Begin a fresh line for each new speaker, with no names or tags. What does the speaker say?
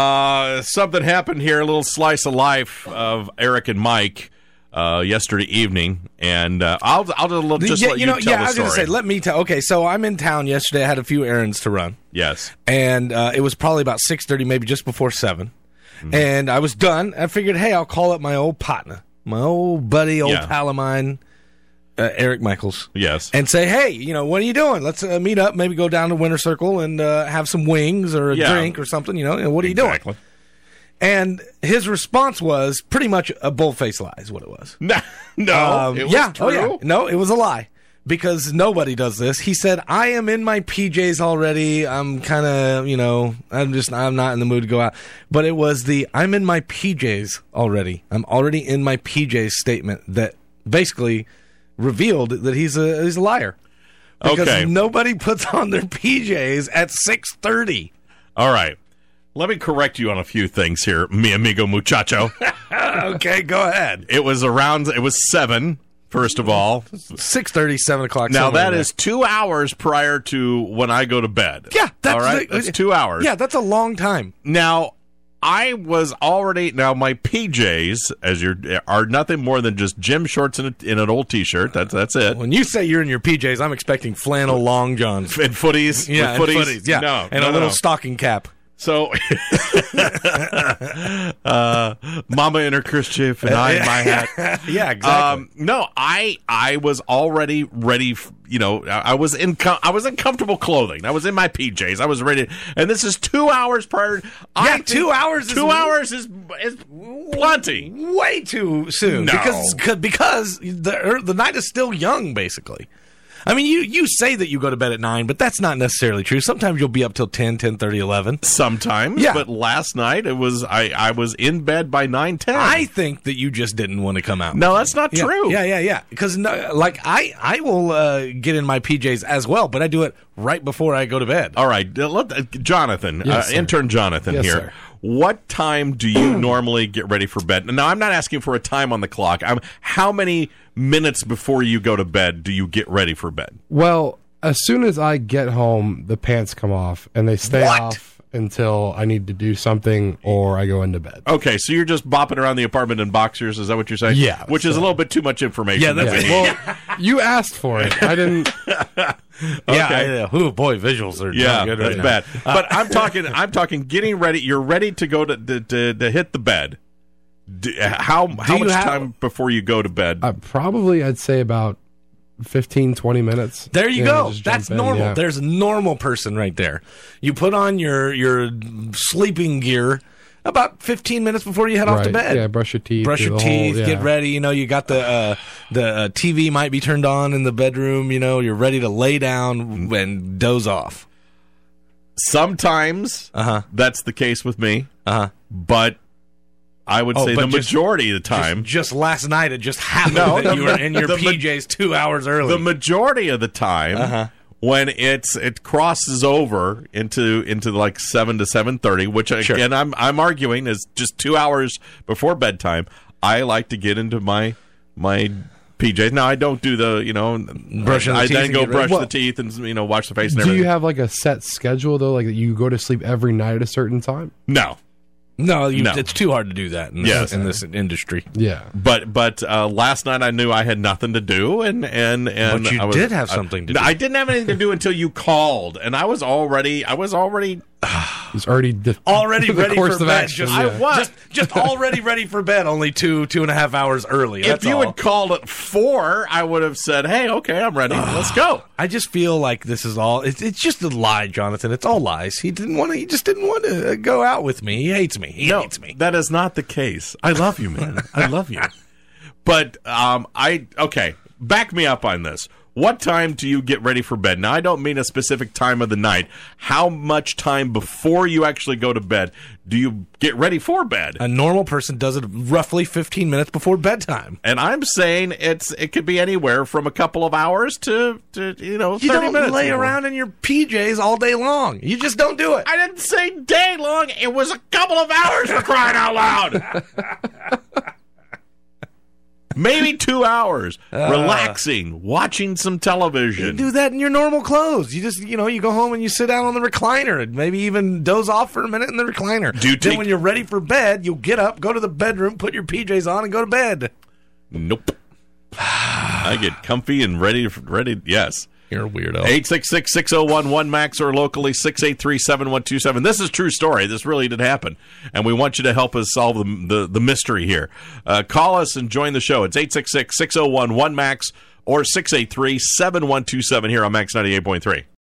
Uh, something happened here, a little slice of life of Eric and Mike uh, yesterday evening, and uh, I'll I'll just, just
yeah,
let
you know,
tell
yeah,
the
I was gonna
story.
say, let me tell. Okay, so I'm in town yesterday. I had a few errands to run,
yes,
and uh, it was probably about six thirty, maybe just before 7
Mm-hmm.
And I was done. I figured, hey, I'll call up my old partner, my old buddy, old
Yeah.
pal of mine, uh, Eric Michaels,
yes,
and say, hey, you know, what are you doing? Let's uh, meet up. Maybe go down to Winter Circle and uh, have some wings or a
Yeah.
drink or something. You know, and what are you doing?
exactly.
And his response was pretty much a bullface lie, is what it was.
No, no,
Um,
it was
yeah,
true.
Oh, yeah. No, it was a lie because nobody does this. He said, "I am in my PJs already. I'm kind of, you know, I'm just, I'm not in the mood to go out." But it was the "I'm in my PJs already. I'm already in my PJs" statement that basically revealed that he's a he's a liar because
Okay.
nobody puts on their PJs at six thirty.
All right, let me correct you on a few things here, mi amigo muchacho.
Okay, go ahead.
it was around. It was seven. First of all,
Six thirty, seven o'clock.
now
somewhere
that
in there.
is two hours prior to when I go to bed.
yeah. That's
all right.
the-
that's two hours.
Yeah, that's a long time.
Now, I was already now my PJs as your are nothing more than just gym shorts and, a, and an old T-shirt. That's that's it.
When you say you're in your PJs, I'm expecting flannel long johns.
And footies,
Yeah,
with
and
footies,
yeah,
no,
and
no,
a little
no.
stocking cap.
So, uh, Mama in her kerchief and I in my hat.
Yeah, exactly.
Um, no, I I was already ready. f- You know, I, I was in com- I was in comfortable clothing. I was in my PJs. I was ready, and this is two hours prior. Yeah,
Yeah, two hours is-
Two hours is is plenty.
Way too soon
No.
because 'cause- because the er, the night is still young. Basically, I mean, you you say that you go to bed at nine, but that's not necessarily true. Sometimes you'll be up till 10, 10, 11.
sometimes
Yeah.
but last night it was i i was in bed by nine ten.
I think that you just didn't want to come out.
no that's not
Yeah,
true
Yeah, yeah, yeah. Because no, like I I will uh, get in my PJs as well, but I do it right before I go to bed.
all right uh, let uh, jonathan
Yes,
uh,
sir.
intern jonathan
Yes,
here
sir.
what time do you normally get ready for bed now i'm not asking for a time on the clock i'm how many minutes before you go to bed do you get ready for bed
Well, as soon as I get home, the pants come off and they stay
What?
off until I need to do something or I go into bed.
Oh,
okay so you're just bopping around the apartment in boxers is that what you're saying
Yeah,
which is a
so-
little bit too much information
Yeah, that's-
that we need.
Well, you asked for it. I didn't.
Yeah,
Oh, Okay.
I- yeah. Ooh, boy, visuals are
Yeah,
not good
that's
right Uh,
bad. But I'm talking. I'm talking. Getting ready. You're ready to go to to, to, to hit the bed. Do, how how
you
much
have-
time before you go to bed?
Uh, probably, I'd say about 15, 20 minutes.
There you
And I
go.
just jump
That's
in,
normal.
yeah.
There's a normal person right there. You put on your your sleeping gear about 15 minutes before you head off to
Right.
bed.
Yeah, brush your teeth.
Brush
do
your
the whole-
teeth, get
yeah.
ready. You know, you got the uh, the uh, TV might be turned on in the bedroom. You know, you're ready to lay down and doze off.
Sometimes
Uh-huh.
that's the case with me,
Uh huh.
but I would
Oh,
say the
but just-
majority of the time.
Just last night, it just happened
No,
that
the
you were
ma-
in your
the ma-
PJs two hours early.
the majority of the time
Uh-huh.
when it's it crosses over into into like seven to seven thirty, which again I'm I'm arguing is just two hours before bedtime. I like to get into my my PJs. Now I don't do the you know
Brushing the
I
teeth
then
and
go
get ready.
brush
Well-
the teeth and you know wash the face and
Do
everything.
you have like a set schedule though? Like that you go to sleep every night at a certain time?
no,
no, you,
No.
it's too hard to do that in,
Yes.
this, in this industry.
Yeah.
But but uh, last night I knew I had nothing to do, and and and
But you
I was-
did have
I-
something to
No,
do.
I didn't have anything to do until you called, and I was already I was already
It's already di-
already
the
ready
course
for
of
bed.
action,
Just,
yeah.
I was
just just already ready for bed. Only two two and a half hours early.
if
That's
you
all.
had called at four, I would have said, "Hey, okay, I'm ready. Let's go."
I just feel like this is all. It's, it's just a lie, Jonathan. It's all lies. He didn't want to. He just didn't want to go out with me. He hates me. He hates me.
that is not the case. I love you, man. I love you. But um, I okay. Back me up on this. What time do you get ready for bed? Now, I don't mean a specific time of the night. How much time before you actually go to bed do you get ready for bed?
A normal person does it roughly 15 minutes before bedtime.
And I'm saying it's it could be anywhere from a couple of hours to, to you know 30
You don't
minutes
lay
or more.
around in your PJs all day long. You just don't do it.
I didn't say day long. It was a couple of hours for crying out loud. maybe two hours, relaxing, watching some television.
do that in your normal clothes. You just, you know, you go home and you sit down on the recliner and maybe even doze off for a minute in the recliner.
Do you
then
take-
when you're ready for bed, you'll get up, go to the bedroom, put your PJs on, and go to bed.
Nope. I get comfy and ready. Ready. Yes.
You're a weirdo.
866-6011-MAX or locally 683-7127. This is true story. This really did happen. And we want you to help us solve the, the, the mystery here. Uh, call us and join the show. It's 866-601-1MAX or 683-7127 here on MAX 98.3.